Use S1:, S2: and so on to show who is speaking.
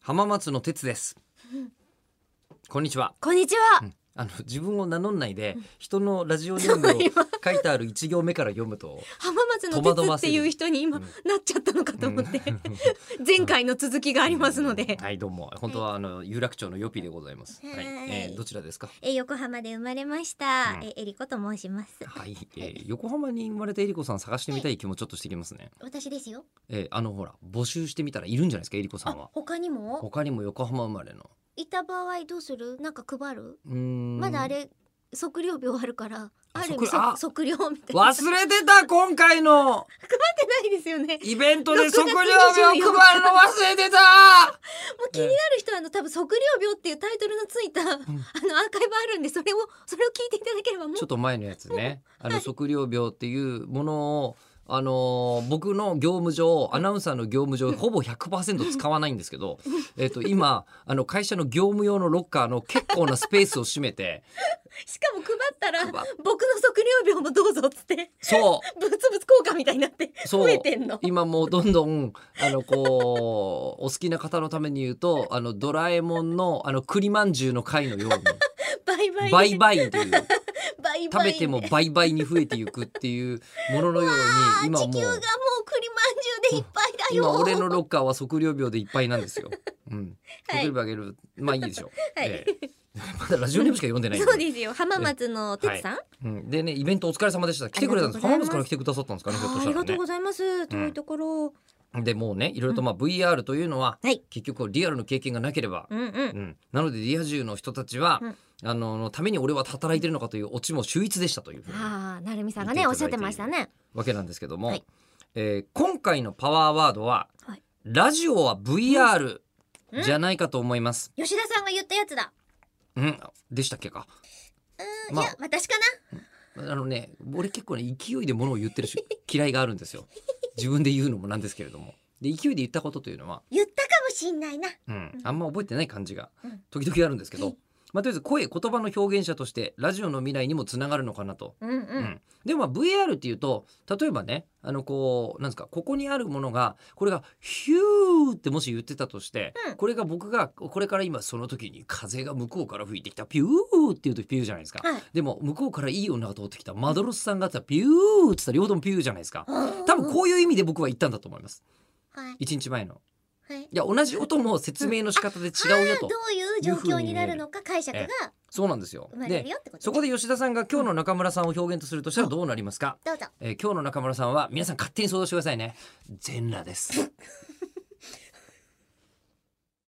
S1: 浜松の鉄ですこんにちは
S2: こんにちは。
S1: あの自分を名乗んないで人のラジオネームを書いてある一行目から読むと
S2: 浜松の鉄っていう人に今なっちゃったのかと思って、 前回の続きがありますので、
S1: はいどうも本当はあの有楽町のヨピでございますはい、
S2: はい
S1: えーどちらですか
S2: え横浜で生まれました、
S1: うん
S2: ええりこと申します
S1: はい、えー横浜に生まれたえりこさん探してみたい気もちょっとしてきますね
S2: 私ですよ
S1: えーあのほら募集してみたらいるんじゃないですかえりこさん
S2: あ
S1: は
S2: 他にも
S1: 他にも横浜生まれの
S2: いた場合どうするなんか配る
S1: うーん
S2: まだあれ測量病あるから
S1: あ
S2: ある
S1: 測
S2: 意味
S1: 量あ
S2: そ 測量みたいな
S1: 忘れてた今回の
S2: ってないですよねも
S1: イベン トで
S2: 6月
S1: 測量日を配るの忘れてた
S2: う気になる人はあの多分測量病っていうタイトルのついた、あのアーカイブあるんでそれをそれを聞いていただければもう
S1: ちょっと前のやつね。あの測量病っていうものを。あのー僕の業務上アナウンサーの業務上ほぼ100%使わないんですけど、えっと、今あの会社の業務用のロッカーの結構なスペースを占め て
S2: しかも配ったら
S1: 配
S2: 僕の測量病もどうぞっつって
S1: そ
S2: 物々交換みたいになって
S1: うそ
S2: 増
S1: う
S2: えてんの
S1: 今もうどんどんあのこうお好きな方のために言うと「あのドラえもんの」あの栗まんじゅうの回のよう
S2: 倍々
S1: に倍々
S2: で
S1: という
S2: 倍々
S1: 食
S2: で
S1: べても倍々に増えていくっていうもののよ
S2: あ
S1: うに
S2: ー
S1: 今も
S2: 地球がも
S1: う
S2: う栗まんじゅうでいっぱいだよ
S1: 今俺のロッカーは測量秒でいっぱいなんです よ。うん。
S2: は
S1: 測
S2: い
S1: 量秒あげる、まあいいでしょう。
S2: はい
S1: ええまだラジオネームしか読んでないんで。
S2: そうですよ浜松の哲さん、
S1: うんでねイベントお疲れ様でした。来てくれたんです。
S2: あり
S1: 浜
S2: がとうございます
S1: 松から来てくださったんですかね。ひょっと
S2: あーあ
S1: した
S2: り
S1: ら
S2: がとう
S1: ね
S2: ご。ざいます遠いところ、
S1: でもうねいろいろとまあ VR というのは
S2: はい
S1: 結局リアルの経験がなければ。
S2: うんうん
S1: うん、なのでリア充の人たちは、
S2: うん
S1: あののために俺は働いてるのかというオチも秀逸でしたというふうに
S2: ああなるみさんが
S1: 見てい
S2: ね
S1: ただ
S2: おっ
S1: い
S2: してゃってましたね
S1: わけなんですけども、
S2: はい
S1: えー今回のパワーワードは、
S2: はい
S1: ラジオは VR
S2: うん
S1: じゃないかと思います。
S2: 吉田さんが言ったやつだ
S1: うん、でしたっけか。
S2: うーん、
S1: まあ
S2: いや私か
S1: あのね、俺結構ね、勢いで物を言ってるし、嫌いがあるんですよ。自分で言うのもなんですけれども。で、勢いで言ったことというのは、
S2: な言ったかもしんないな
S1: うん、あんま覚えてない感じが
S2: うん、
S1: 時々あるんですけ
S2: は
S1: ど
S2: い、
S1: まあ、とりあえず声、言葉の表現者として、ラジオの未来にもつながるのかなと。
S2: うんうん、
S1: うんでもまあ VR っていうと例えばねあのこうなんですかここにあるものがこれがヒューってもし言ってたとして、
S2: うん
S1: これが僕がこれから今その時に風が向こうから吹いてきたピューっていうとピューじゃないですか、
S2: はい
S1: でも向こうからいい女が通ってきたマドロスさんがあったらピューって言ったら両方ともピューじゃないですか多分こういう意味で僕は言ったんだと思います
S2: はい
S1: 1日前の
S2: はい
S1: いや同じ音も説明の仕方で違うよと
S2: どういう状況になるのか解釈が
S1: そうなんですよ
S2: 生まれ
S1: で
S2: るよってこと
S1: そこで吉田さんが今日の中村さんを表現とするとしたらどうなりますか、
S2: どうぞ
S1: えー今日の中村さんは皆さん勝手に想像してくださいね全裸です